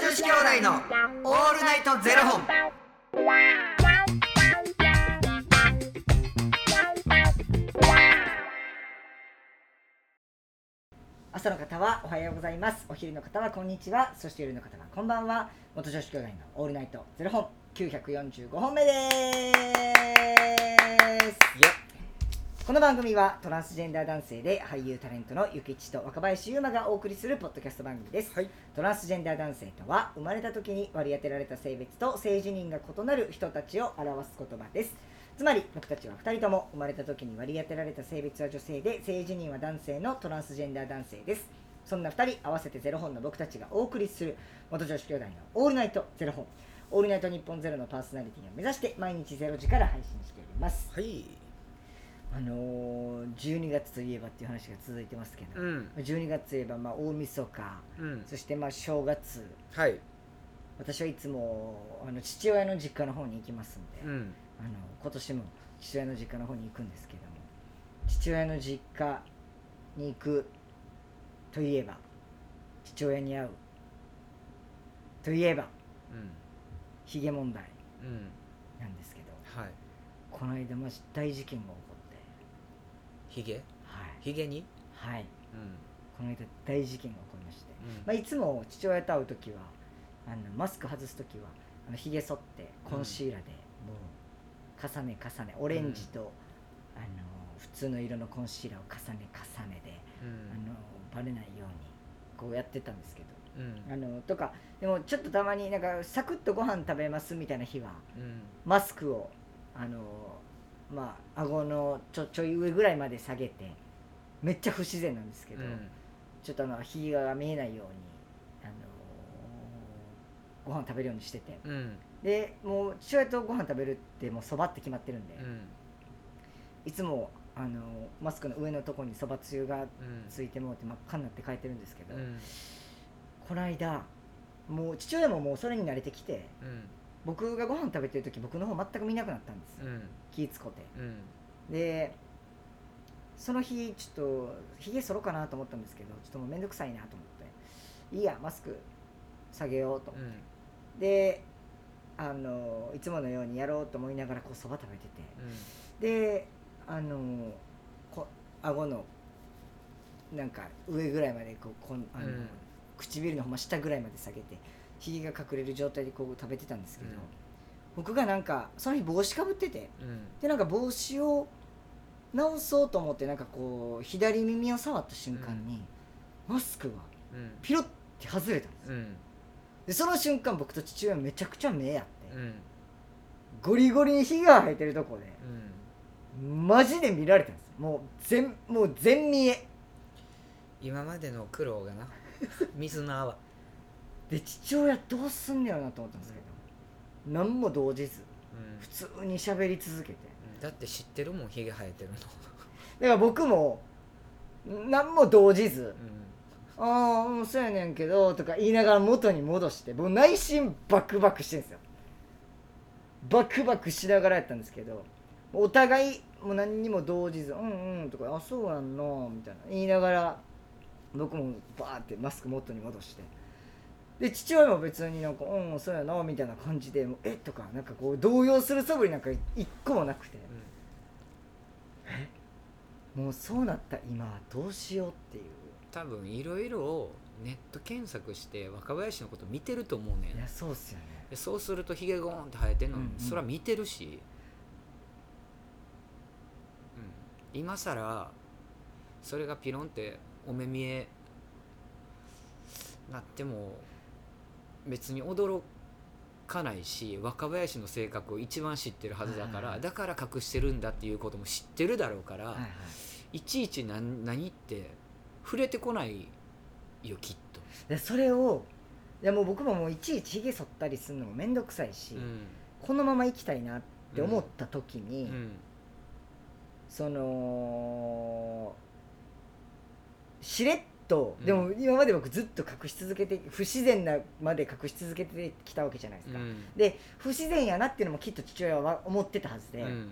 子兄弟のオールナイトゼロ本。朝の方はおはようございますお昼の方はこんにちはそして夜の方はこんばんは元女子兄弟のオールナイトゼロ本945本目ですいや、この番組はトランスジェンダー男性で俳優タレントのゆきちと若林優馬がお送りするポッドキャスト番組です、はいトランスジェンダー男性とは生まれた時に割り当てられた性別と性自認が異なる人たちを表す言葉ですつまり僕たちは2人とも生まれた時に割り当てられた性別は女性で性自認は男性のトランスジェンダー男性ですそんな2人合わせてゼロ本の僕たちがお送りする元女子兄弟のオールナイトゼロ本オールナイト日本ゼロのパーソナリティを目指して毎日ゼロ時から配信しておりますはい。あのー、12月といえばっていう話が続いてますけど、うん、 12月といえばまあ大晦日うん、そしてまあ正月はい、私はいつもあの父親の実家の方に行きますんで、うん、あの今年も父親の実家の方に行くんですけども父親の実家に行くといえば父親に会うといえばうん、ヒゲ問題うん、なんですけどはい。この間まじ大事件が起こってひげ、はひげに。い、はい、うん、この間大事件が起こりまして、うんまあ、いつも父親と会う時はあのマスク外す時はあのひげ剃ってコンシーラーでもう重ね重ねオレンジと、あの普通の色のコンシーラーを重ね重ねで、あのバレないようにこうやってたんですけどうん、あうん、のとかでもちょっとたまになんかサクッとご飯食べますみたいな日はうん、マスクをあのまあ顎のちょちょい上ぐらいまで下げてめっちゃ不自然なんですけど。うんちょっとあのひげが見えないように、あのご飯食べるようにしててうん、でもう父親とご飯食べるってもうそばって決まってるんで、うん、いつも、あのマスクの上のとこにそばつゆがうん、ついてもうって真っ赤になって書いてるんですけど、うん、この間もう父親ももうそれに慣れてきてうん、僕がご飯食べてる時僕の方全く見なくなったんですよ、うん、気ぃ使うてうん、でその日ちょっとひげ剃ろうかなと思ったんですけどちょっともう面倒くさいなと思っていいやマスク下げようと思ってうん、であのいつものようにやろうと思いながらこうそば食べててうん、であのこ顎のなんか上ぐらいまでこうこんあの、うん唇のほんま下ぐらいまで下げてひげが隠れる状態でこう食べてたんですけど、うん僕がなんかその日帽子かぶっててうん、でなんか帽子を直そうと思ってなんかこう左耳を触った瞬間に、マスクがうん、ピロッて外れたんですようん、でその瞬間僕と父親めちゃくちゃ目合って、うん、ゴリゴリに火が生えてるとこでうん。マジで見られたんですよもう全もう全見え今までの苦労がな水の泡で父親どうすんねやろなと思ったんですけど、何も動じずうん普通に喋り続けてだって知ってるもんひげ生えてるのだから僕も何も動じずう「ああうんそうやねんけど」とか言いながら元に戻してもう内心バクバクしてるんですよバクバクしながらやったんですけどお互いもう何にも動じず「うんうん」とか「あそうやんな」みたいな言いながら僕もバーってマスク元に戻してで父親も別になんか「うんうんそうやな」みたいな感じで「えとかなんかこう動揺する素振りなんか一個もなくてんもうそうなった今どうしようっていう多分いろいろネット検索して若林のこと見てると思うねいやんそうっすよねでそうするとひげゴーンって生えてんの、うんうんそら見てるし、うん、今さらそれがピロンってお目見えなっても別に驚かないし若林の性格を一番知ってるはずだから、はいはいだから隠してるんだっていうことも知ってるだろうから、はいはいいちいち何何って触れてこないよきっと、でそれをいやもう僕ももういちいちひげ剃ったりするのも面倒くさいし、うこのまま生きたいなって思った時に、んうんそのしれっとうんでも今まで僕ずっと隠し続けて不自然なまで隠し続けてきたわけじゃないですか、うんで不自然やなっていうのもきっと父親は思ってたはずで、うん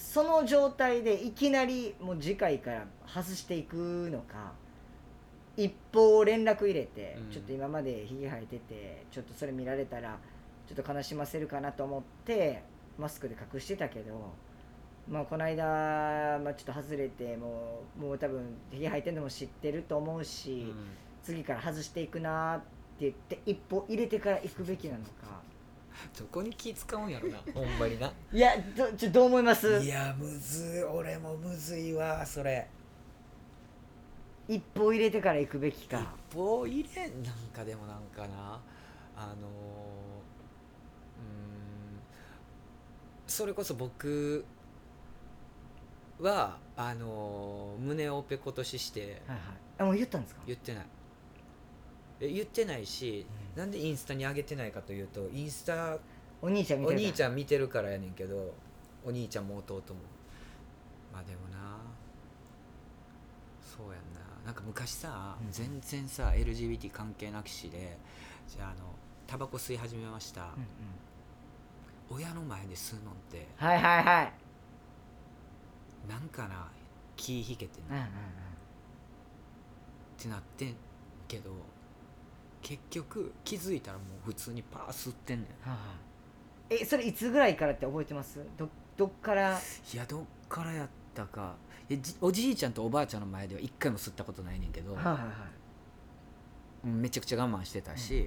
その状態でいきなりもう次回から外していくのか一報連絡入れて、うんちょっと今までひげ生えててちょっとそれ見られたらちょっと悲しませるかなと思ってマスクで隠してたけど、まあ、この間、まあ、ちょっと外れてもうもう多分ひげ生えてるのも知ってると思ううし、ん次から外していくなって言って一歩入れてから行くべきなのかどこに気使うん やろなほんまにないやどちょどう思いますいやむずい俺もむずいわそれ一歩入れてから行くべき一か歩入れなんかでもなんかなあのーうーんそれこそ僕はあのー胸をペコとししてはいはいあもう言ったんですか言ってないえ言ってないし、うんなんでインスタに上げてないかというとインスタお兄ちゃんみおたいな兄ちゃん見てるからやねんけどお兄ちゃんも弟もまあでもなそうやんななんか昔さ、うん全然さ LGBT 関係なくしでじゃああのタバコ吸い始めましたうん、うん親の前で吸うのってはいはいはいなんかな気引けてうんうなっんてなってんけど結局気づいたらもう普通にパー吸ってんねんうんえそれいつぐらいからって覚えてますどどっからいやどっからやったかいやじおじいちゃんとおばあちゃんの前では一回も吸ったことないねんけど、はいはいはいうんめちゃくちゃ我慢してたし、うんい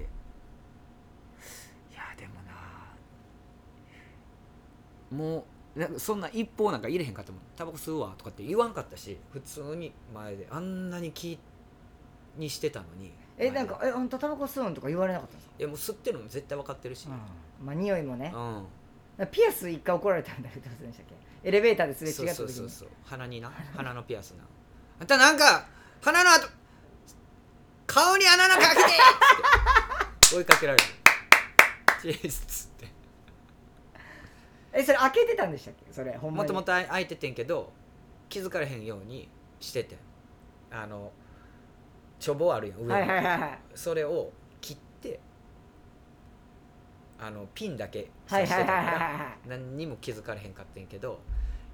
やでもなもうなんかそんな一方なんか入れへんかったもんタバコ吸うわとかって言わんかったし普通に前であんなに気にしてたのにえ前なんでか「えあんたタバコ吸うん?」とか言われなかったんですかいやもう吸ってるのも絶対分かってるし、まあ匂いもねうんピアス一回怒られたんだけどどうでしたっけエレベーターですれ違ったそう時そうにそうそう鼻にな鼻のピアスなあんたなんか鼻のあと顔に穴のかけ てって追いかけられるチーズっつってえそれ開けてたんでしたっけそれほんまもにともと開いててんけど気づかれへんようにしててあのちょぼあるやん上に、はいはいはいはいそれを切ってあのピンだけはい刺してはいたかはいはいらは何にも気づかれへんかったんやけど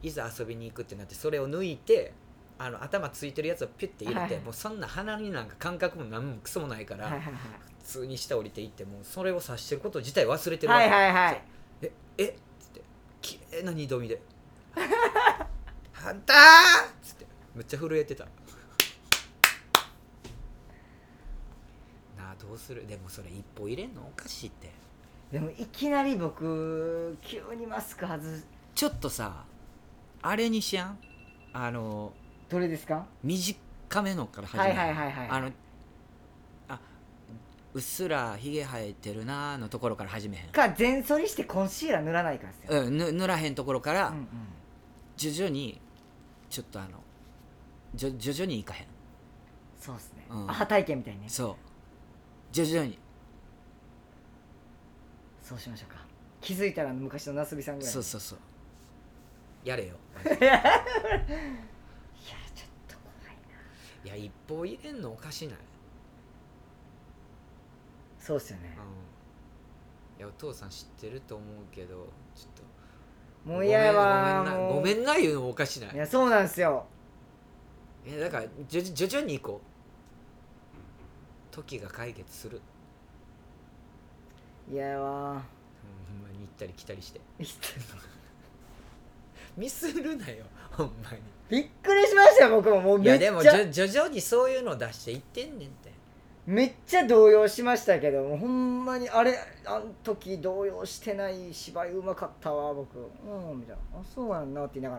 いざ遊びに行くってなってそれを抜いてあの頭ついてるやつをピュッて入れて、はいもうそんな鼻になんか感覚も何もクソもないかいら、はいはい普通に下降りていってもうそれを刺してること自体忘れてるはけいはいはいええっつって綺麗な二度 見で「ハンター!」っつってめっちゃ震えてたなあどうするでもそれ一歩入れんのおかしいってでもいきなり僕急にマスク外すちょっとさあれにしやんあのどれですか短めのから始はめいるはいはいはいあのあうっすらひげ生えてるなーのところから始めへんか全剃りしてコンシーラー塗らないからですよ、うんぬ塗らへんところから、うんうん徐々にちょっとあのじょ徐々にいかへんそうですね、うんアハ体験みたいにねそう徐々にそうしましょうか気づいたら昔のなすびさんぐらいそうそうそうや れよいやちょっと怖いないや一歩入れんのおかしない、そうっすよねうん、いやお父さん知ってると思うけどちょっともう嫌やわーもうごめんなごめんな言うのもおかしないいやそうなんですよいやだから徐々徐々に行こう時が解決する嫌やわほんまに行ったり来たりしてーミスるなよほんまにびっくりしましたよ僕ももういめっやちでもゃ徐徐々にそういうの出していってんねんってめっちゃ動揺しましたけどもうほんまにあれあん時動揺してない芝居うまかったわ僕うんみたいなあそうやんなって言いなが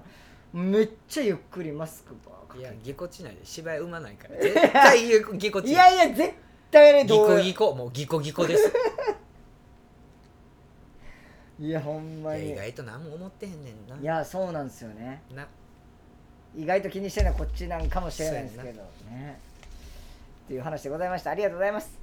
らめっちゃゆっくりマスクばーかいけやてぎこちないで芝居生まな いから絶対ぎこぎこちないいやいや絶対ねぎ動こ揺ぎこもうぎこぎこですいやほんいまやに意いや外と何も思ってへんねんなそうなんですよねな意外と気にしてるのはこっちなんかもしれないですけどねっていう話でございましたありがとうございます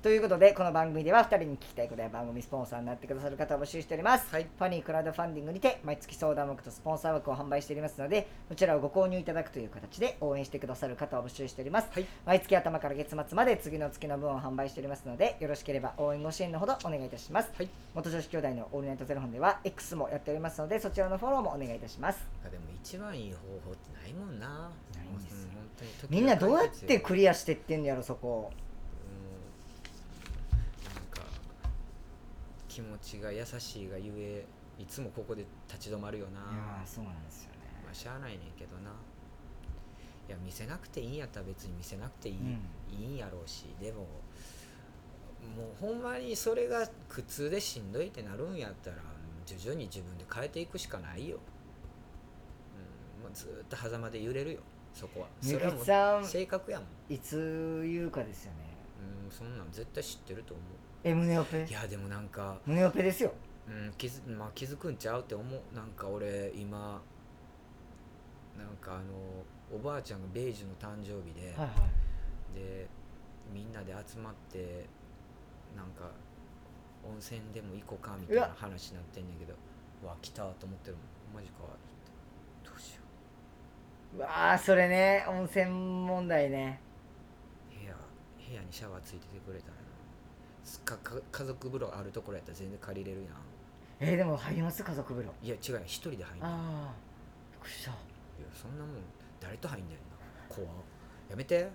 ということでこの番組では2人に聞きたいことや番組スポンサーになってくださる方を募集しております、はいファニークラウドファンディングにて毎月相談枠とスポンサー枠を販売しておりますのでこちらをご購入いただくという形で応援してくださる方を募集しております、はい毎月頭から月末まで次の月の分を販売しておりますのでよろしければ応援ご支援のほどお願いいたします、はい元女子兄弟のオールナイトゼロ本では X もやっておりますのでそちらのフォローもお願いいたしますあでも一番いい方法ってないもんなないんですよう本当に時みんなどうやっが解決てよクリアしてってんのやろそこうんなんか気持ちが優しいがゆえいつもここで立ち止まるよないやーそうなんですよねまあしゃあないねんけどないや見せなくていいんやったら別に見せなくていい,、うんいいんやろうしでももうほんまにそれが苦痛でしんどいってなるんやったら徐々に自分で変えていくしかないよ、うん、もうずーっと狭間で揺れるよそこはそみれはくもちうさん性格やもん、いつ言うかですよねうん、そんなん絶対知ってると思え胸オペういやでもなんか胸オペですようん気づ,、まあ、気づくんちゃうって思うなんか俺今なんかあのおばあちゃんがベージュの誕生日で、はいはいでみんなで集まってなんか温泉でも行こうかみたいうなわ話になってんねんけどうわ来たと思ってるもんマジかってどうしようわあそれね温泉問題ねう部屋部屋にシャワーついててくれたらなすかか家族風呂あるところやったら全然借りれるやんえー、でも入ります家族風呂いや違うやん一人で入んねんああびっくりしたいやそんなもん誰と入んねんな怖っやめて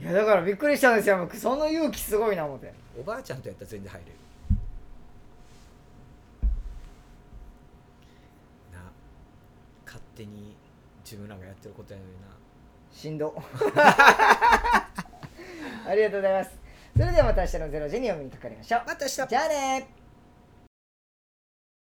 いやだからびっくりしたんですよ僕その勇気すごいな思っておばあちゃんとやったら全然入れるな勝手に自分らがやってることやのになしんど ありがとうございますそれではまた明日の0時にお目にかかりましょうまた明日じゃあねー